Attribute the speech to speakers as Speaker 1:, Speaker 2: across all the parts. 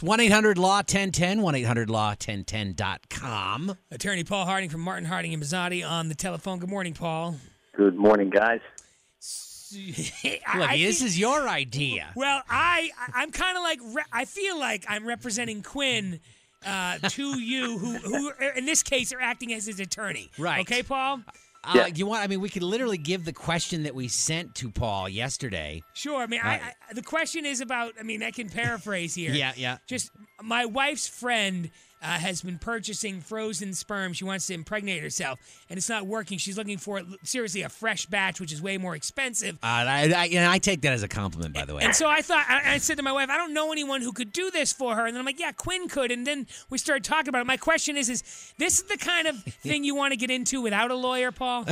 Speaker 1: 1 800 Law 1010, 1 800 Law 1010.com.
Speaker 2: Attorney Paul Harding from Martin Harding and Mazzotti on the telephone. Good morning, Paul.
Speaker 3: Good morning, guys.
Speaker 1: Look,
Speaker 2: I
Speaker 1: this
Speaker 2: think-
Speaker 1: is your idea.
Speaker 2: well, I I- I'm kind of like re- I feel like I'm representing Quinn uh, to you, who who in this case are acting as his attorney.
Speaker 1: Right.
Speaker 2: Okay, Paul.
Speaker 1: Uh,
Speaker 3: Yeah.
Speaker 1: you want? I mean, we could literally give the question that we sent to Paul yesterday.
Speaker 2: Sure. I mean, I, I, the question is about. I mean, I can paraphrase here.
Speaker 1: Yeah, yeah.
Speaker 2: Just my wife's friend uh, has been purchasing frozen sperm. She wants to impregnate herself, and it's not working. She's looking for seriously a fresh batch, which is way more expensive.
Speaker 1: Uh, I, I, and I take that as a compliment, by the way.
Speaker 2: And so I thought, I, I said to my wife, I don't know anyone who could do this for her. And then I'm like, yeah, Quinn could. And then we started talking about it. My question is, is this is the kind of thing you want to get into without a lawyer, Paul?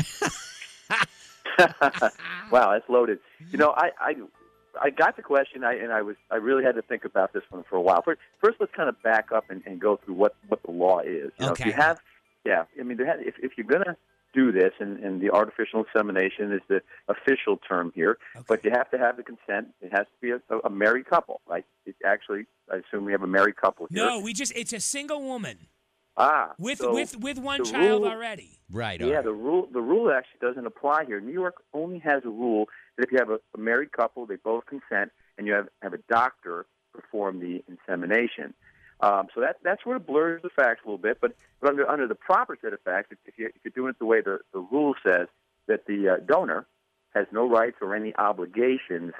Speaker 3: Wow, that's loaded.
Speaker 2: Mm.
Speaker 3: You know, I, I, I got the question, I, and I was I really had to think about this one for a while. First, first let's kind of back up and, and go through what, what the law is. You know,
Speaker 1: Okay.
Speaker 3: If you have, yeah, I mean, there had, if, if you're going to do this, and, and the artificial insemination is the official term here, but you have to have the consent. It has to be a, a married couple. Like, it actually, I assume we have a married couple here.
Speaker 2: No, we just, it's a single woman
Speaker 3: Ah,
Speaker 2: with,
Speaker 3: so-
Speaker 2: with, with one
Speaker 3: the
Speaker 2: child
Speaker 3: rule-
Speaker 2: already.
Speaker 1: right. all
Speaker 3: Yeah,
Speaker 1: right.
Speaker 3: the rule the rule actually doesn't apply here. New York only has a rule that if you have a, a married couple, they both consent, and you have have a doctor perform the insemination. Um, so that that sort of blurs the facts a little bit, but but under under the proper set of facts, if, if, you, if you're doing it the way the, the rule says, that the uh, donor has no rights or any obligations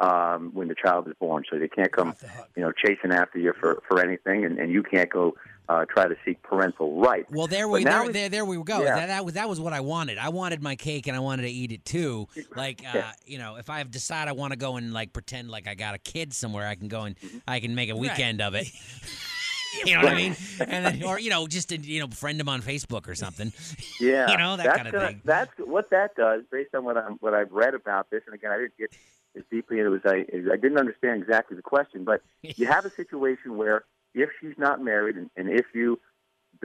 Speaker 3: um, when the child is born, so they can't come
Speaker 2: Off the hook.
Speaker 3: you know chasing after you for for anything, and, and you can't go uh, try to seek parental rights.
Speaker 1: Well, there
Speaker 3: But
Speaker 1: we
Speaker 3: now
Speaker 1: there,
Speaker 3: it's-
Speaker 1: there there we go.
Speaker 3: yeah.
Speaker 1: That, that was that was what I wanted. I wanted my cake and I wanted to eat it too. Like uh, you know, if I decide I want to go and like pretend like I got a kid somewhere, I can go and
Speaker 3: Mm-hmm.
Speaker 1: I can make a weekend of it. you know what I mean? And then, or you know, just to, you know, friend him on Facebook or something.
Speaker 3: Yeah,
Speaker 1: You know, that
Speaker 3: that's
Speaker 1: kinda
Speaker 3: gonna-
Speaker 1: thing.
Speaker 3: That's what that does, based on what I'm what I've read about this. And again, I didn't get as deeply into it as I as I didn't understand exactly the question, but you have a situation where if she's not married and, and if you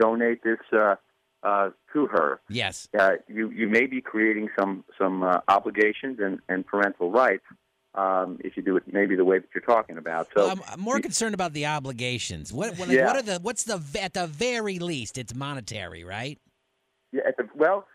Speaker 3: donate this uh, uh, to her,
Speaker 1: Yes.
Speaker 3: uh, you you may be creating some some uh, obligations and, and parental rights um, if you do it maybe the way that you're talking about. So
Speaker 1: Well, I'm, I'm more concerned about the obligations. What what, like,
Speaker 3: Yeah.
Speaker 1: what are the what's the v- at the very least? It's monetary, right?
Speaker 3: Yeah, at the, well,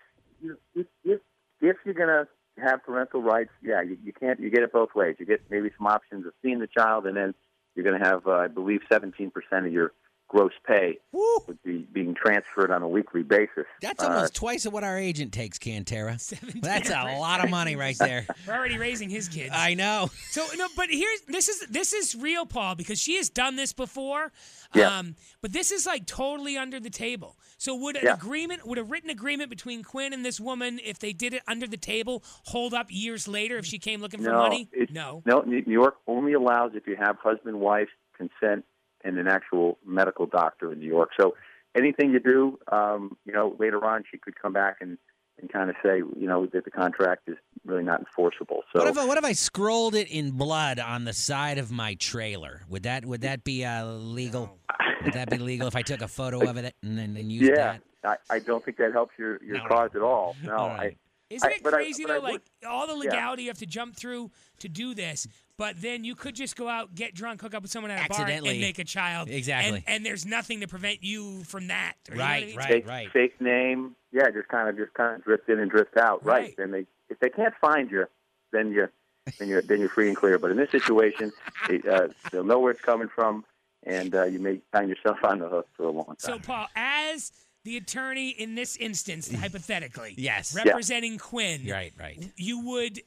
Speaker 3: you- if, if if you're gonna have parental rights, yeah, you, you can't. You get it both ways. You get maybe some options of seeing the child, and then you're gonna have, uh, I believe, 17 percent of your gross pay
Speaker 1: Woo!
Speaker 3: would be being transferred on a weekly basis.
Speaker 1: That's
Speaker 3: Uh,
Speaker 1: almost twice of what our agent takes, Cantera. That's a lot of money right there.
Speaker 2: We're already raising his kids.
Speaker 1: I know.
Speaker 2: So no, but here's this is this is real, Paul, because she has done this before.
Speaker 3: Yeah.
Speaker 2: Um, but this is like totally under the table. So would an
Speaker 3: Yeah.
Speaker 2: agreement, would a written agreement between Quinn and this woman, if they did it under the table, hold up years later if she came looking for money?
Speaker 3: it's-
Speaker 2: No.
Speaker 3: no. New New York only allows if you have husband, wife consent, and an actual medical doctor in New York. So anything you do, um, you know, later on, she could come back and and kind of say, you know, that the contract is really not enforceable. So
Speaker 1: What if I, what if I scrolled it in blood on the side of my trailer? Would that would that be uh, legal? Would that be legal if I took a photo of it and then and used
Speaker 3: yeah,
Speaker 1: that?
Speaker 3: I, I don't think that helps your your
Speaker 1: No.
Speaker 3: cause at all. No,
Speaker 1: All right.
Speaker 2: Isn't
Speaker 3: I-
Speaker 2: it
Speaker 3: but I-
Speaker 2: crazy
Speaker 3: but I
Speaker 2: though? Like
Speaker 3: would-
Speaker 2: all the legality you have to jump through to do this, but then you could just go out, get drunk, hook up with someone at a bar,
Speaker 1: Accidentally.
Speaker 2: and make a child.
Speaker 1: Exactly.
Speaker 2: And, and there's nothing to prevent you from that. or you know what I
Speaker 1: Right,
Speaker 2: mean?
Speaker 3: I,
Speaker 1: right,
Speaker 3: fake,
Speaker 1: right.
Speaker 3: fake name, yeah, just kind of just kind of drift in and drift out,
Speaker 2: Right.
Speaker 3: right? Then they if they can't find you, then you then you then you're free and clear. But in this situation, they, uh, they'll know where it's coming from, and uh, you may find yourself on the hook for a long
Speaker 1: Ah.
Speaker 2: So,
Speaker 3: time.
Speaker 2: Paul, as the attorney in this instance, hypothetically,
Speaker 1: Yes. Yeah.
Speaker 2: representing Quinn,
Speaker 1: Right, right.
Speaker 2: you would,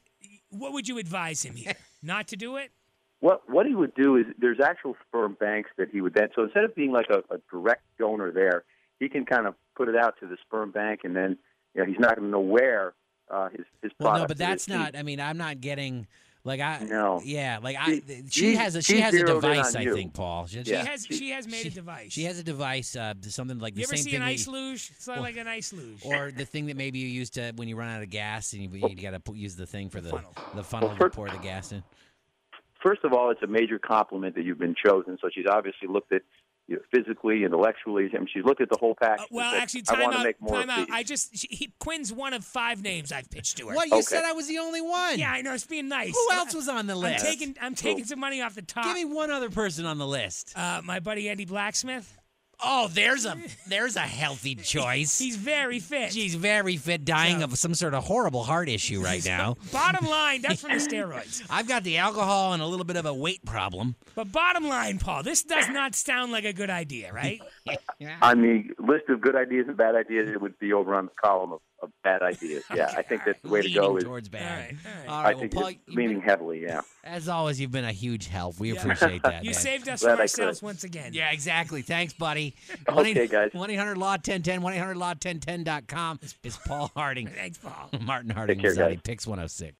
Speaker 2: what would you advise him here? Not to do it?
Speaker 3: What what he would do is there's actual sperm banks that he would then so instead of being like a, a direct donor there, he can kind of put it out to the sperm bank, and then you know he's not going to know where uh, his his
Speaker 1: Well, no,
Speaker 3: product
Speaker 1: but
Speaker 3: is.
Speaker 1: that's
Speaker 3: He-
Speaker 1: not. I mean, I'm not getting like I.
Speaker 3: No.
Speaker 1: Yeah, like I.
Speaker 3: She-
Speaker 1: She
Speaker 3: she-
Speaker 1: has a she
Speaker 3: she
Speaker 1: has a
Speaker 3: zeroed in
Speaker 1: device.
Speaker 3: on
Speaker 1: I
Speaker 3: you.
Speaker 1: think Paul. She,
Speaker 2: She
Speaker 3: Yeah.
Speaker 2: has, she, has made a device.
Speaker 1: she has a device. Uh, something like
Speaker 2: you
Speaker 1: the
Speaker 2: ever
Speaker 1: same
Speaker 2: see
Speaker 1: thing.
Speaker 2: an
Speaker 1: that
Speaker 2: ice
Speaker 1: you-
Speaker 2: luge? It's like,
Speaker 1: Well-
Speaker 2: like an ice luge.
Speaker 1: or the thing that maybe you use to when you run out of gas and you, you got to use the thing for the
Speaker 2: funnel.
Speaker 1: the funnel
Speaker 3: Well,
Speaker 1: to
Speaker 3: Oh. fir-
Speaker 1: pour the gas in.
Speaker 3: first of all, it's a major compliment that you've been chosen. So she's obviously looked at you know, physically, intellectually. I mean, she looked at the whole package.
Speaker 2: Uh, well,
Speaker 3: and said,
Speaker 2: actually,
Speaker 3: I
Speaker 2: time
Speaker 3: want to
Speaker 2: out.
Speaker 3: make more
Speaker 2: time
Speaker 3: of
Speaker 2: out.
Speaker 3: these.
Speaker 2: I just she, he, Quinn's one of five names I've pitched to her.
Speaker 1: What you
Speaker 3: Okay.
Speaker 1: said? I was the only one.
Speaker 2: Yeah, I know. It's being nice.
Speaker 1: Who else was on the
Speaker 2: I'm
Speaker 1: list?
Speaker 2: taking. I'm taking
Speaker 3: Who?
Speaker 2: some money off the top.
Speaker 1: Give me one other person on the list.
Speaker 2: uh, my buddy Andy Blacksmith.
Speaker 1: Oh, there's a there's a healthy choice.
Speaker 2: He's very fit.
Speaker 1: She's very fit, dying of some sort of horrible heart issue right now.
Speaker 2: Bottom line, that's from the steroids.
Speaker 1: I've got the alcohol and a little bit of a weight problem.
Speaker 2: But bottom line, Paul, this does not sound like a good idea, right?
Speaker 3: on the list of good ideas and bad ideas, it would be over on the column of, of bad ideas. Yeah, I think that the way to
Speaker 1: Leaning
Speaker 3: go is.
Speaker 1: towards bad.
Speaker 2: All right, all right.
Speaker 1: All
Speaker 3: I
Speaker 1: right, well,
Speaker 3: think
Speaker 1: Paul,
Speaker 3: it's
Speaker 1: you've been-
Speaker 3: leaning heavily. Yeah.
Speaker 1: as always, you've been a huge help. We
Speaker 2: Yeah.
Speaker 1: appreciate that.
Speaker 2: You
Speaker 1: Oh, man.
Speaker 2: saved us
Speaker 3: Glad
Speaker 2: from
Speaker 3: I
Speaker 2: ourselves
Speaker 3: could.
Speaker 2: once again.
Speaker 1: Yeah, exactly. Thanks, buddy.
Speaker 3: Okay, guys.
Speaker 1: 1 800 Law 1010, 1 800 Law 1010.com. It's Paul Harding.
Speaker 2: Thanks, Paul.
Speaker 1: Martin Harding
Speaker 3: care,
Speaker 1: is on
Speaker 3: guys.
Speaker 1: Picks 106.